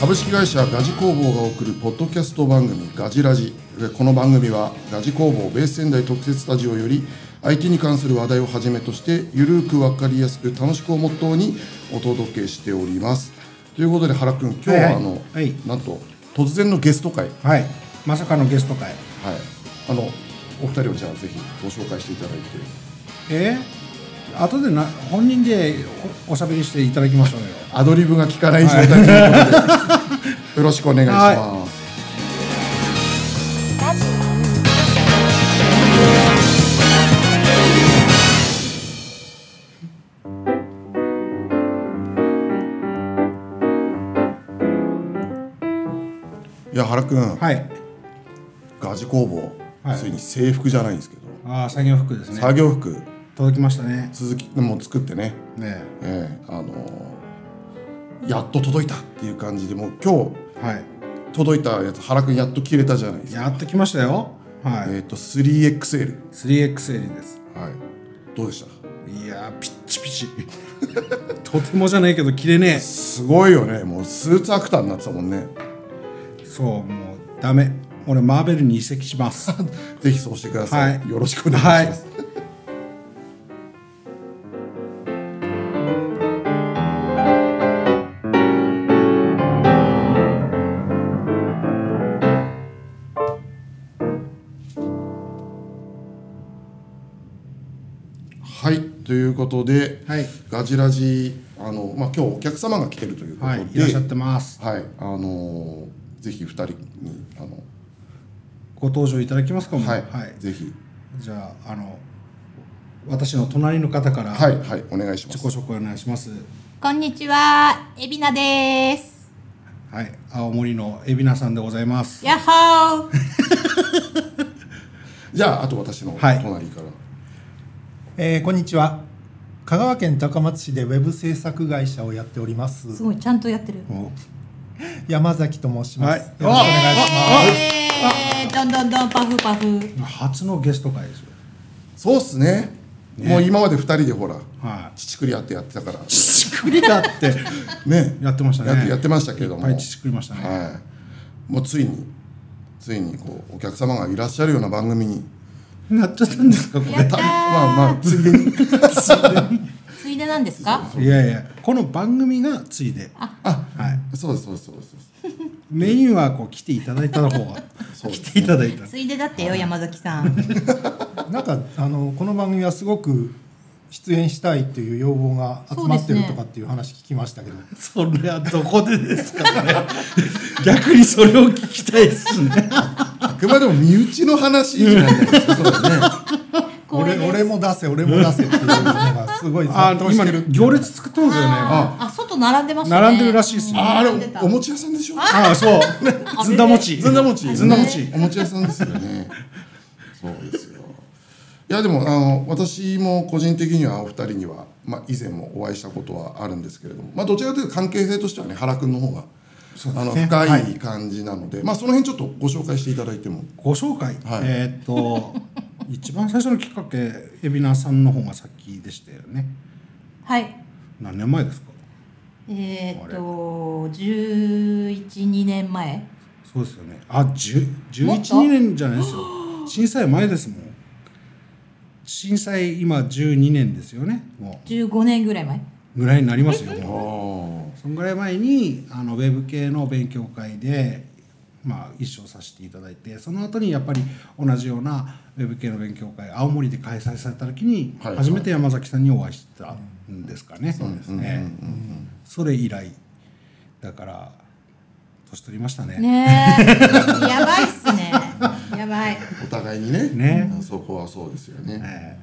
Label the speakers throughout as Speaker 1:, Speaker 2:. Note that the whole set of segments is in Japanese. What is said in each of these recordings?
Speaker 1: 株式会社ガジ工房が送るポッドキャスト番組ガジラジこの番組はガジ工房ベース仙台特設スタジオより IT に関する話題をはじめとしてゆるくわかりやすく楽しくをモットーにお届けしておりますということで原くん今日は
Speaker 2: はい
Speaker 1: あ
Speaker 2: はい
Speaker 1: の、
Speaker 2: はい
Speaker 1: なんと突然のゲスト会はい
Speaker 2: はい、まさかのゲスト会。
Speaker 1: あのお二人をじゃあぜひご紹介していただいて
Speaker 2: えー、後でな本人でおおしゃべりしていただきましょうよ。
Speaker 1: アドリブが効かない状態ということで、よろしくお願いしますいや原くん、
Speaker 2: はい。
Speaker 1: ガジ工房、
Speaker 2: はい
Speaker 1: ついに制服じゃないんですけど、
Speaker 2: ああ、作業服ですね。
Speaker 1: 作業服
Speaker 2: 届きましたね。
Speaker 1: 続きもう作ってね、
Speaker 2: ね。
Speaker 1: ええあのーやっと届いたっていう感じでもう今
Speaker 2: はい。
Speaker 1: 日届いたやつ原くんやっと切れたじゃないですか
Speaker 2: やっときましたよ。は
Speaker 1: えっ、と 3XL
Speaker 2: い。3XL です。
Speaker 1: はいどうでした
Speaker 2: いやー、ピッチピ チ。とてもじゃないけど、着れね
Speaker 1: すごいよねもうスーツアクターになってたもんね
Speaker 2: え。そう、もうダメ。俺マーベルに移籍し ます。
Speaker 1: ぜひそうしてください、
Speaker 2: はい
Speaker 1: よろしくお願いします、はい、ということで、
Speaker 2: はい
Speaker 1: ガジラジあの、まあ、今日お客様が来てるということ
Speaker 2: は
Speaker 1: で、
Speaker 2: い。いらっしゃってます。
Speaker 1: はいあのーぜひ二人にあの
Speaker 2: ご登場いただきますかも。
Speaker 1: はい、
Speaker 2: はい。
Speaker 1: ぜひ
Speaker 2: じゃあ、あの、私の隣の方から、
Speaker 1: はいはいお願いしま
Speaker 2: 自己
Speaker 1: す
Speaker 2: 紹介お願いします。
Speaker 3: こんにちは、エビナです。
Speaker 2: はい、青森の海老名さんでございます。
Speaker 3: やっほー。
Speaker 1: じゃああと私の
Speaker 2: はい
Speaker 1: 隣から、
Speaker 4: えーこんにちは香川県高松市でウェブ制作会社をやっております
Speaker 3: すごい、ちゃんとやってる。
Speaker 4: 山崎と申し
Speaker 2: は
Speaker 4: ま
Speaker 2: い
Speaker 4: す、よろしくお願いします
Speaker 3: えー、どんどんどんパフパフ。
Speaker 2: 初のゲスト会ですよ。
Speaker 1: そうっすねもう今まで二人でほら
Speaker 2: は
Speaker 1: 乳くりあってやってたから
Speaker 2: い。乳首だって
Speaker 1: ね
Speaker 2: やってましたね
Speaker 1: やっやってましたけれども
Speaker 2: いっぱい乳くりましたね
Speaker 1: はいもうついについにこうお客様がいらっしゃるような番組に
Speaker 2: なっちゃったんですかこ
Speaker 3: やったた
Speaker 1: まあまあついでに
Speaker 3: ー。ついでなんですか。
Speaker 2: れ。いやいや、この番組がついで、はい、
Speaker 1: そうですそうですそうです
Speaker 2: メニューはこう来ていただいた方が、
Speaker 1: そう
Speaker 2: 来ていただいた。
Speaker 3: ついでだってよ、山崎さん。
Speaker 4: なんかあのこの番組はすごく出演したいという要望が集ま
Speaker 3: そうで
Speaker 4: って
Speaker 3: す
Speaker 4: る
Speaker 3: ね
Speaker 4: とかっていう話聞きましたけど、
Speaker 2: それはどこでですかね。 逆にそれを聞きたいですね。
Speaker 1: あくまでも身内の話なんだけどそうだね
Speaker 3: 光栄で
Speaker 4: 俺
Speaker 3: す
Speaker 4: 俺も出せ俺も出せっていうのがすごい
Speaker 2: あ
Speaker 4: 殺到し
Speaker 2: 今
Speaker 4: てる
Speaker 2: 行列作ってますよね。あ
Speaker 3: あ、外並んでましたね。
Speaker 2: 並んでるらしいですよ。
Speaker 1: ああ
Speaker 3: 並んで
Speaker 1: れ
Speaker 3: た
Speaker 1: お餅屋さんでしょ
Speaker 2: ああ、そう。ずんだ餅。
Speaker 1: ずんだ餅
Speaker 2: ずんだ餅。
Speaker 1: お餅屋さんですよ ねそうですよいやでもあの私も個人的にはお二人には、まあ、以前もお会いしたことはあるんですけれども、まあ、どちらかというと関係性としてはね原くんの方が、あの深い感じなので、まあ、その辺ちょっとご紹介していただいても
Speaker 2: ご紹介、
Speaker 1: はい
Speaker 2: えー っと一番最初のきっかけ海老名さんの方が先でしたよね
Speaker 3: はい。
Speaker 2: 何年前ですか
Speaker 3: えー、っと、十一二年前。
Speaker 2: そうですよねあ十
Speaker 3: もっと
Speaker 2: 11年じゃないですよ震災前ですもん震災今12年ですよねも
Speaker 3: 十五年ぐらい前。
Speaker 2: うぐらいになりますよもう
Speaker 1: あ
Speaker 2: そのぐらい前にあのウェブ系の勉強会で、まあ、一緒させていただいてその後にやっぱり同じようなウェブ系の勉強会青森で開催された時に
Speaker 1: はい
Speaker 2: 初めて山崎さんにお会いしたんですかね、そうですね、それ以来だから年取りましたね
Speaker 3: ねえ。やばいっすね。やばい。
Speaker 1: お互いにね
Speaker 2: ね
Speaker 1: そこはそうですよね、
Speaker 2: え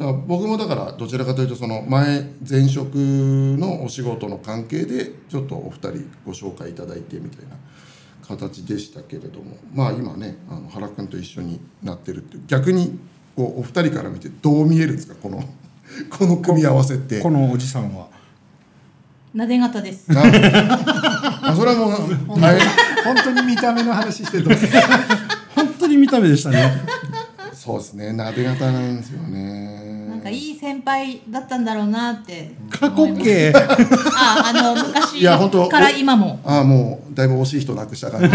Speaker 1: だから僕もだからどちらかというとその前前職のお仕事の関係でちょっとお二人ご紹介いただいてみたいな形でしたけれどもまあ今ねあの原君と一緒になってるっていう逆にこうお二人から見てどう見えるんですかこの この組み合わせって
Speaker 2: ーこのおじさんは
Speaker 3: なで型です。
Speaker 1: ああそれはもう大変
Speaker 4: 本当に見た目の話してると
Speaker 2: 本当に見た目でしたね
Speaker 1: そうですねなで型なんですよね
Speaker 3: なでかいい先輩だったんだろうなって
Speaker 2: 過去形
Speaker 3: ああの昔
Speaker 1: いや本当
Speaker 3: から今も
Speaker 1: ああもうだいぶ惜しい人なくした感じ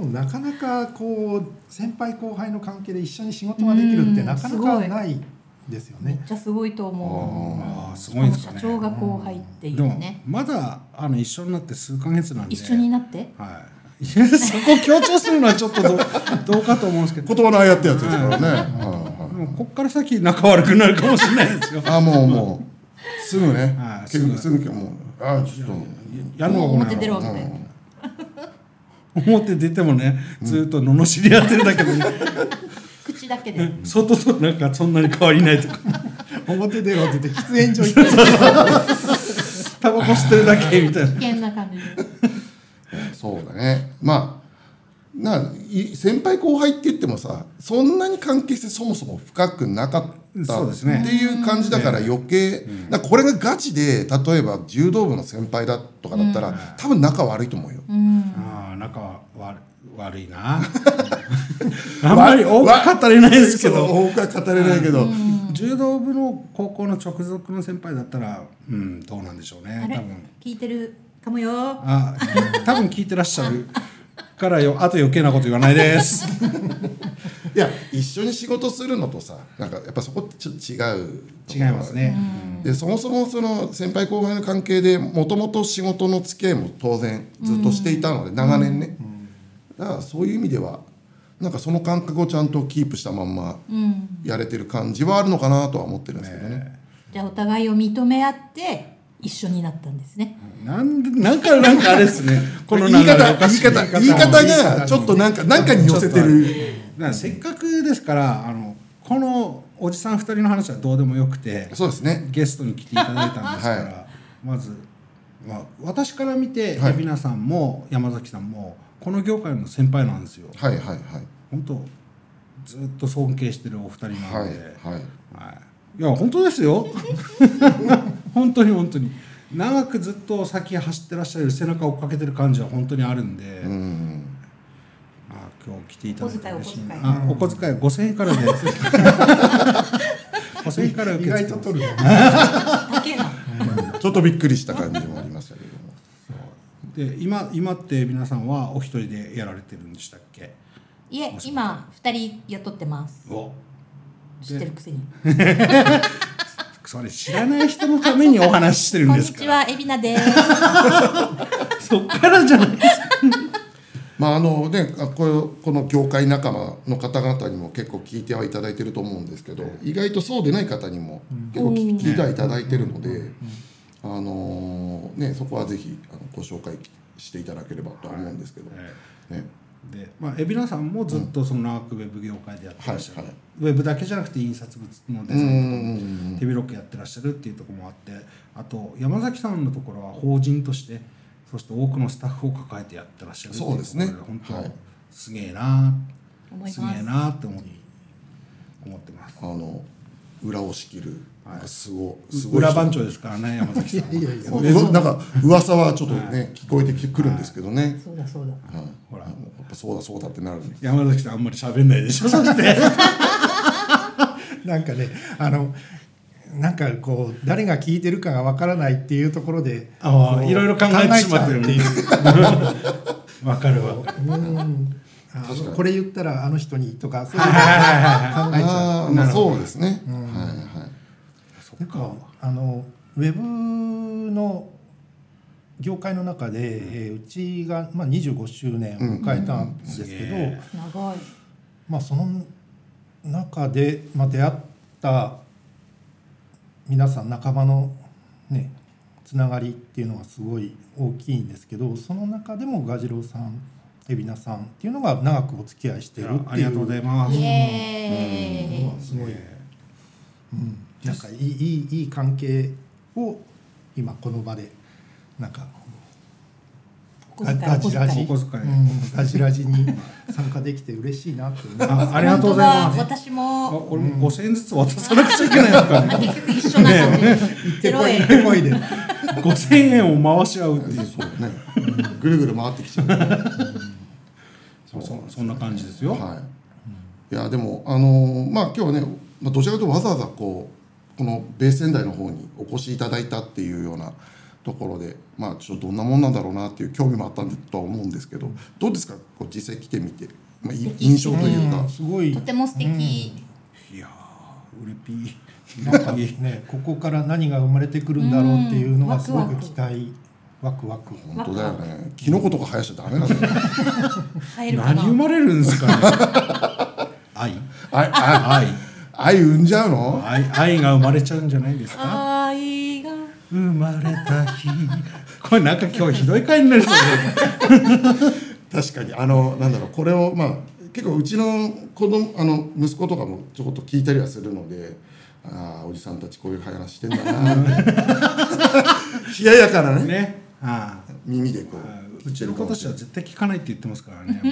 Speaker 4: もうなかなかこう先輩後輩の関係で一緒に仕事ができるって
Speaker 3: うん
Speaker 4: なかな
Speaker 3: すご
Speaker 4: か
Speaker 3: い
Speaker 4: ないですよ
Speaker 3: めっ
Speaker 4: ね。
Speaker 3: ちゃすごいと思
Speaker 2: ああす
Speaker 3: う
Speaker 2: ごいです
Speaker 3: 社
Speaker 2: かね
Speaker 3: 長が後輩ってい
Speaker 2: で
Speaker 3: う
Speaker 2: も
Speaker 3: ね
Speaker 2: まだあの一緒になって数ヶ月なんで
Speaker 3: 一緒になって
Speaker 2: はいいやそこ強調するのはちょっとど どうかと思うんですけど
Speaker 1: 言葉のあやってやつですからね、はい
Speaker 2: でもこっから先仲悪くなるかもしれない ですよ
Speaker 1: ああもうもうすぐね
Speaker 2: ああ
Speaker 1: 結構
Speaker 2: す
Speaker 1: す
Speaker 2: ぐ
Speaker 1: ぐもうああちょっと
Speaker 2: やるのがこの
Speaker 3: 表出
Speaker 2: 野
Speaker 3: ろ
Speaker 2: 郎
Speaker 3: みたいな
Speaker 2: 表出てもねずっと罵り合ってるだけで、
Speaker 3: 口だけで
Speaker 2: 外となんかそんなに変わりないとか
Speaker 4: 表出ろって言って喫煙所行って
Speaker 2: タバコ吸ってるだけみたいな
Speaker 3: 危険な感 じで
Speaker 1: そうだねまあない先輩後輩って言ってもさそんなに関係性そもそも深くなかった
Speaker 2: そ
Speaker 1: っ
Speaker 2: うで
Speaker 1: て
Speaker 2: すね
Speaker 1: いう感じだから余計、だからこれがガチで例えば柔道部の先輩だとかだったら、多分仲悪いと思うよ。
Speaker 3: うん
Speaker 2: ああ仲は悪悪い なあんまり多かったりないですけど
Speaker 1: 多くは語れないけど、
Speaker 2: 柔道部の高校の直属の先輩だったらうんどうなんでしょうね
Speaker 3: あれ
Speaker 2: 多分
Speaker 3: 聞いてるかもよ
Speaker 2: あ多分聞いてらっしゃるからよ あと余計なこと言わないです
Speaker 1: いや一緒に仕事するのとさなんかやっぱそこってちょっと違う
Speaker 2: 違いますね、
Speaker 1: でそもそもその先輩後輩の関係でもともと仕事の付き合いも当然ずっとしていたので、長年ね、だからそういう意味ではなんかその感覚をちゃんとキープしたまんま
Speaker 3: うん
Speaker 1: やれてる感じはあるのかなとは思ってるんですけどね
Speaker 3: じゃあお互いを認め合って一緒になったんですね
Speaker 2: なんでなんかなんかあれですね この流
Speaker 1: 言い
Speaker 2: れ
Speaker 1: 方
Speaker 2: お
Speaker 1: 言
Speaker 2: か
Speaker 1: い
Speaker 2: しい
Speaker 1: 方言い方がちょっとなんかなんかに寄せてる
Speaker 2: だからせっかくですからあのこのおじさん二人の話はどうでもよくて
Speaker 1: そうですね
Speaker 2: ゲストに来ていただいたんですから、
Speaker 1: は
Speaker 2: まず、まあ、私から見て
Speaker 1: はい
Speaker 2: 海老名さんも山崎さんもこの業界の先輩なんですよ
Speaker 1: はいはいはい
Speaker 2: 本当ずっと尊敬してるお二人な
Speaker 1: は
Speaker 2: ん
Speaker 1: い
Speaker 2: で、
Speaker 1: はい
Speaker 2: はい、いや本当ですよ 本当に本当に長くずっと先走ってらっしゃる背中を追っかけてる感じは本当にあるんで、
Speaker 1: うん
Speaker 2: あ今日来ていただいて嬉しいな
Speaker 3: お小遣
Speaker 2: あお小遣い5000円からで5000円から受
Speaker 4: 意
Speaker 2: け付
Speaker 4: 外
Speaker 2: けて
Speaker 4: と
Speaker 2: ます
Speaker 4: 取る。
Speaker 3: 竹けな
Speaker 1: ちょっとびっくりした感じもありましたけれども
Speaker 2: で今今って皆さんはお一人でやられてるんでしたっけ
Speaker 3: いえ今二人雇ってます
Speaker 2: お
Speaker 3: 知ってるくせに
Speaker 2: それ知らない人のためにお話ししてるん
Speaker 3: こん
Speaker 2: で
Speaker 3: に
Speaker 2: すか
Speaker 3: ち
Speaker 2: ら
Speaker 3: はエビナです
Speaker 2: そっからじゃないですか
Speaker 1: まああのね、あこのこの業界仲間の方々にも結構聞いてはいただいてると思うんですけど、意外とそうでない方にも結構聞,、
Speaker 3: うん
Speaker 1: いてはいただいてるので、あのーね、そこはぜひあのご紹介していただければとは思うんですけど、ね、
Speaker 2: でまあ、海老名さんもずっとその長くウェブ業界でやってらっしゃる、
Speaker 1: はいはい
Speaker 2: ウェブだけじゃなくて印刷物のデ
Speaker 1: う
Speaker 2: ザ
Speaker 1: んう
Speaker 2: インとかも
Speaker 1: んうん
Speaker 2: 手広くやってらっしゃるっていうところもあってあと山崎さんのところは法人としてそして多くのスタッフを抱えてやってらっしゃるってい
Speaker 1: そうですね
Speaker 2: ところ本当、
Speaker 1: はい
Speaker 2: すげえな
Speaker 3: 思います
Speaker 2: すげえなって思思ってます
Speaker 1: あの裏を仕切る、なんかすごすごい人
Speaker 2: 裏番長ですからね山崎さんはい
Speaker 4: やいや
Speaker 1: うわなんか噂はちょっとね聞こえてくるんですけどね、
Speaker 3: そうだそうだ
Speaker 1: はい
Speaker 2: ほら
Speaker 1: あのやっぱそうだそうだってなるんで
Speaker 2: 山崎さんあんまり喋んないでしょそして
Speaker 4: なんかねあのなんかこう誰が聞いてるかがわからないっていうところで
Speaker 2: ああ
Speaker 4: こう
Speaker 2: いろいろ考えてしまってる
Speaker 4: 考えちゃうっていう
Speaker 2: わかるわかる
Speaker 4: うんあのこれ言ったらあの人にとかそういう考えちゃう。
Speaker 1: ああー、まあ、そうですね、はいはい
Speaker 2: そ
Speaker 4: な
Speaker 2: っ
Speaker 4: ん
Speaker 2: か
Speaker 4: かあのウェブの業界の中で、えーうちが、まあ、25周年を迎えたんですけど、
Speaker 2: うんうんうんすげえ
Speaker 3: 長い
Speaker 4: まあ、その中で、まあ、出会った皆さん仲間のねつながりっていうのがすごい大きいんですけどその中でもガジロウさん海老名さんっていうのが長くお付き合いして
Speaker 2: い
Speaker 4: る
Speaker 2: や
Speaker 4: っていう
Speaker 2: ありがとうございます
Speaker 3: イエーイ
Speaker 4: すごい、うん、なんかいいいいいい関係を今この場でなんか
Speaker 3: お小遣いお小
Speaker 4: ラジ
Speaker 2: お
Speaker 3: 遣い
Speaker 2: 小遣い
Speaker 4: うんラジラジに参加できて嬉しいなって思います
Speaker 2: あありがとうございます
Speaker 3: 本当だ私
Speaker 2: あ
Speaker 3: も
Speaker 2: 俺も5000円ずつ渡さなくちゃいけないの か
Speaker 3: あ結局一緒な感じ
Speaker 4: 行って
Speaker 3: ゼ
Speaker 4: こ
Speaker 3: ロ
Speaker 4: い行っ
Speaker 3: 円
Speaker 4: てこいで
Speaker 2: 5000円を回し合うってい
Speaker 1: そう
Speaker 2: う
Speaker 1: ね。ぐるぐる回ってきちゃう。
Speaker 2: そそんな感じですよ、
Speaker 1: はい。いややでもあのーまあ今日はね、まあ、どちらかというとわざわざこうこのベース仙台の方にお越しいただいたっていうようなところでまあちょっとどんなもんなんだろうなっていう興味もあったんだとは思うんですけどどうですかこう実際来てみて、まあ、い印象というか
Speaker 4: ん、 すごい
Speaker 3: とても素敵、
Speaker 2: いやーうれぴー
Speaker 4: なんかねここから何が生まれてくるんだろうっていうの
Speaker 3: う
Speaker 4: が
Speaker 3: ん
Speaker 4: すご
Speaker 3: ワク
Speaker 4: く
Speaker 3: ワク
Speaker 4: 期待ワクワク
Speaker 1: 本当だよねキノコとか生やしちゃダメなんだよ ね
Speaker 3: 入るか
Speaker 2: 何
Speaker 3: な
Speaker 2: 生まれるんですかね愛
Speaker 1: あいあ
Speaker 2: 愛
Speaker 1: 愛産んじゃうの
Speaker 2: 愛愛が生まれちゃうんじゃないですか
Speaker 3: 愛が
Speaker 2: 生まれた日これなんか今日ひどい回になりそうで
Speaker 1: 確かにあのなんだろうこれをまあ結構うちの子供あの息子とかもちょこっと聞いたりはするのでああおじさんたちこういう話してんだ な冷ややかなね
Speaker 2: ねああ
Speaker 1: 耳でこ
Speaker 2: あ
Speaker 1: う
Speaker 2: うちの子たちは絶対聞かないって言ってますから ね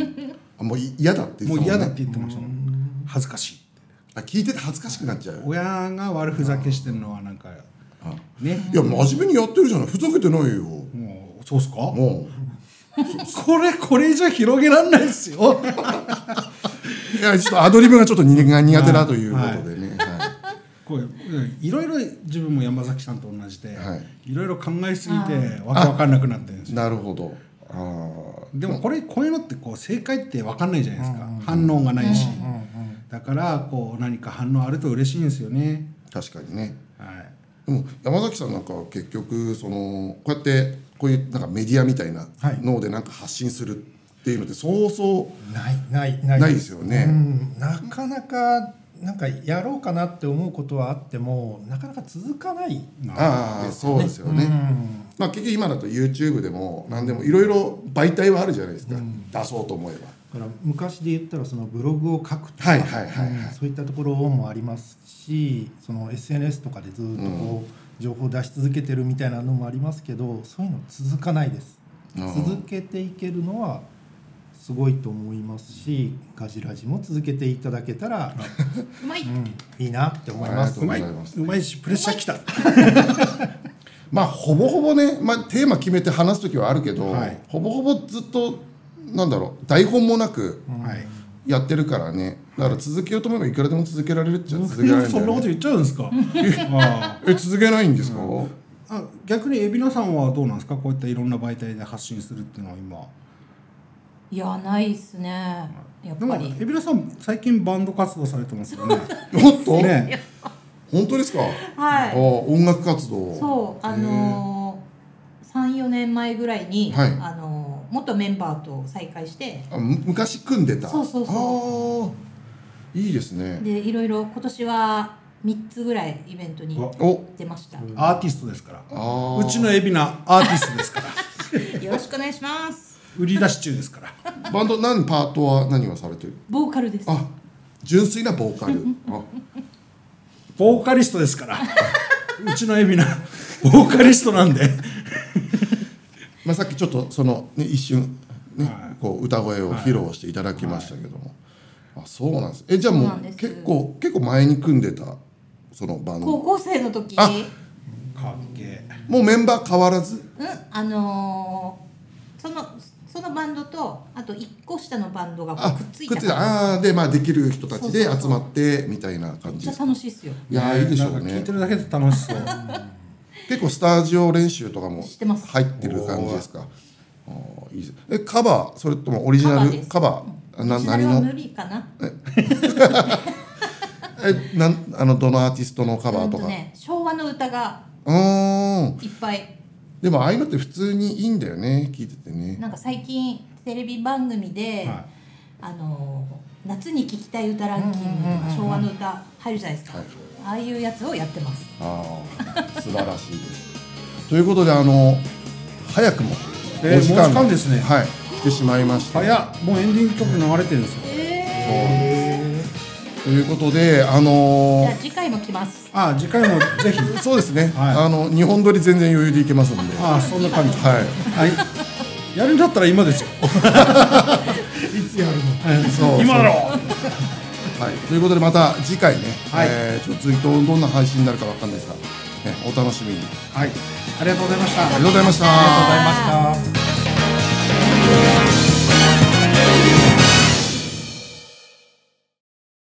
Speaker 1: あもうい嫌だって
Speaker 2: も
Speaker 1: 言
Speaker 2: う
Speaker 1: って
Speaker 2: 嫌
Speaker 1: た
Speaker 2: だ
Speaker 1: も
Speaker 2: っ
Speaker 1: ん
Speaker 2: て言ってましたもん恥ずかしい
Speaker 1: あ聞いてて恥ずかしくなっちゃう
Speaker 2: 親が悪ふざけしてるのはなんか
Speaker 1: あ
Speaker 2: ね
Speaker 1: いや真面目にやってるじゃないふざけてないよ
Speaker 2: もうそうっすか
Speaker 1: も
Speaker 2: これこれ以上広げらんないっすよ
Speaker 1: ういやちょっとアドリブがちょっと苦苦手だということでね、はい
Speaker 2: これいろいろ自分も山崎さんと同じで、、
Speaker 1: はい
Speaker 2: ろいろ考えすぎてわけわかんなくなってるんですよ
Speaker 1: なるほどあー
Speaker 2: でもこれこういうのってこう正解ってわかんないじゃないですか、反応がないし、だからこう何か反応あると嬉しいんですよね
Speaker 1: 確かにね
Speaker 2: はい
Speaker 1: でも山崎さんなんかは結局そのこうやってこういうなんかメディアみたいな
Speaker 4: はい
Speaker 1: のでなんか発信するっていうのってそうそ
Speaker 4: ないないな
Speaker 1: う
Speaker 4: い
Speaker 1: ないですよね。
Speaker 4: うん、なかなかなんかやろうかなって思うことはあってもなかなか続かない
Speaker 1: ああそうですよね。
Speaker 4: うん
Speaker 1: まあ結局今だと YouTube でも何でもいろいろ媒体はあるじゃないですか、出そうと思えば。
Speaker 4: だから昔で言ったらそのブログを書くとか、
Speaker 1: はいはいはいはい
Speaker 4: うんそういったところもありますしその SNS とかでずっとこう情報を出し続けてるみたいなのもありますけどそういうの続かないです
Speaker 1: うん
Speaker 4: 続けていけるのはすごいと思いますしガジラジも続けていただけたら、
Speaker 3: うまい、
Speaker 4: うん、いいなって思い
Speaker 1: あ
Speaker 4: ま
Speaker 1: りが
Speaker 4: す
Speaker 1: と
Speaker 2: う
Speaker 1: う
Speaker 2: ま
Speaker 1: ござ
Speaker 2: い
Speaker 1: いうます
Speaker 2: まいしプレッシャーきた
Speaker 1: まあほぼほぼね、まあ、テーマ決めて話す時はあるけど、
Speaker 2: はい
Speaker 1: ほぼほぼずっとなんだろう台本もなく
Speaker 2: はい
Speaker 1: やってるからねだから続けようと思えばいくらでも続けられるっちゃ続けられるんだよね、
Speaker 2: そんなこと言っちゃうんですかあ
Speaker 1: え続けないんですか、
Speaker 2: ああ逆に海老名さんはどうなんですかこういったいろんな媒体で発信するっていうのは今
Speaker 3: いやないっすねやっ
Speaker 2: でも
Speaker 3: ぱり
Speaker 2: 海老名さん最近バンド活動されてますよ ね
Speaker 1: 本当、
Speaker 2: ね
Speaker 1: 本当ですか、
Speaker 3: は
Speaker 1: あ
Speaker 3: い
Speaker 1: あ音楽活動
Speaker 3: そうあのー、34年前ぐらいに、
Speaker 1: はい
Speaker 3: あのー元メンバーと再会して
Speaker 1: あむ昔組んでた
Speaker 3: そうそうそ
Speaker 1: ああいいですね
Speaker 3: でいろいろ今年は3つぐらいイベントに
Speaker 1: お
Speaker 3: 出ましたよ
Speaker 2: アーティストですから
Speaker 1: ああ
Speaker 2: うちの海老名アーティストですから
Speaker 3: ろしくお願いします
Speaker 2: 売り出し中ですから
Speaker 1: バンド何パートは何をされてる
Speaker 3: ボーカルです
Speaker 1: あ純粋なボーカ ルあ
Speaker 2: ボーカリストですからうちの海老名ボーカリストなんで
Speaker 1: まあ、さっきちょっとその、ね、一瞬、ね
Speaker 2: はい
Speaker 1: こう歌声を披露していただきましたけども、あそうなんですえじゃあも
Speaker 3: そうな
Speaker 1: うん
Speaker 3: です
Speaker 1: 結構結構前に組んでたそのバンド
Speaker 3: 高校生の時
Speaker 1: あ
Speaker 2: かっけえ
Speaker 1: もうメンバー変わらず
Speaker 3: うんあのーそのそのバンドとあと1個下のバンドがこ
Speaker 1: あ
Speaker 3: うくっついたから
Speaker 1: ああーでまあできる人たちで
Speaker 3: そうそ
Speaker 1: 集
Speaker 3: うそう
Speaker 1: まってみたいな感
Speaker 3: めっ
Speaker 1: じ
Speaker 3: ち
Speaker 1: で
Speaker 3: ゃ
Speaker 1: すか
Speaker 3: 楽しいっすよ
Speaker 1: いやーいいでしょう
Speaker 2: なんか聞
Speaker 1: ね
Speaker 2: いてるだけで楽しそう
Speaker 1: 結構スタジオ練習とかも
Speaker 3: してます
Speaker 1: 入ってる感じですかあーいいですえカバーそれともオリジナ
Speaker 3: カバーで
Speaker 1: ル
Speaker 3: す
Speaker 1: カバーあな
Speaker 3: 私
Speaker 1: 何
Speaker 3: は無
Speaker 1: の
Speaker 3: 理かな
Speaker 1: えなんあのどのアーティストのカバーと
Speaker 3: う
Speaker 1: か
Speaker 3: んね、昭和の歌が
Speaker 1: うーん
Speaker 3: いっぱい
Speaker 1: でもああいうのって普通にいいんだよね聞いててね
Speaker 3: なんか最近テレビ番組で、
Speaker 2: は
Speaker 3: あのー夏に聴きたい歌ランキングとか昭和の歌入るじゃないですか、
Speaker 1: はい
Speaker 3: ああいうやつをやってます
Speaker 1: ああ素晴らしいです ということであの早くも
Speaker 2: えー
Speaker 1: お時間
Speaker 2: もう時間ですね
Speaker 1: はい来てしまいました
Speaker 2: 早っもうエンディング曲流れてるんですよ
Speaker 1: ということであ
Speaker 3: じ
Speaker 1: の
Speaker 3: ゃあ
Speaker 1: ー
Speaker 3: 次回も来ます
Speaker 2: ああ次回もぜひ
Speaker 1: そうですね、
Speaker 2: はい
Speaker 1: あの日本撮り全然余裕でいけますんで
Speaker 2: ああそんな感じ
Speaker 1: はい
Speaker 2: はいやるんだったら今ですよ
Speaker 4: いつやるの
Speaker 1: そう
Speaker 2: 今だろ
Speaker 1: はい、ということでまた次回ね、
Speaker 2: はい
Speaker 1: えーちょっと次どんな配信になるかわかんないですが、ね、お楽しみに
Speaker 2: はいありがとうございました
Speaker 1: ありがとうございました
Speaker 4: ありがとうございました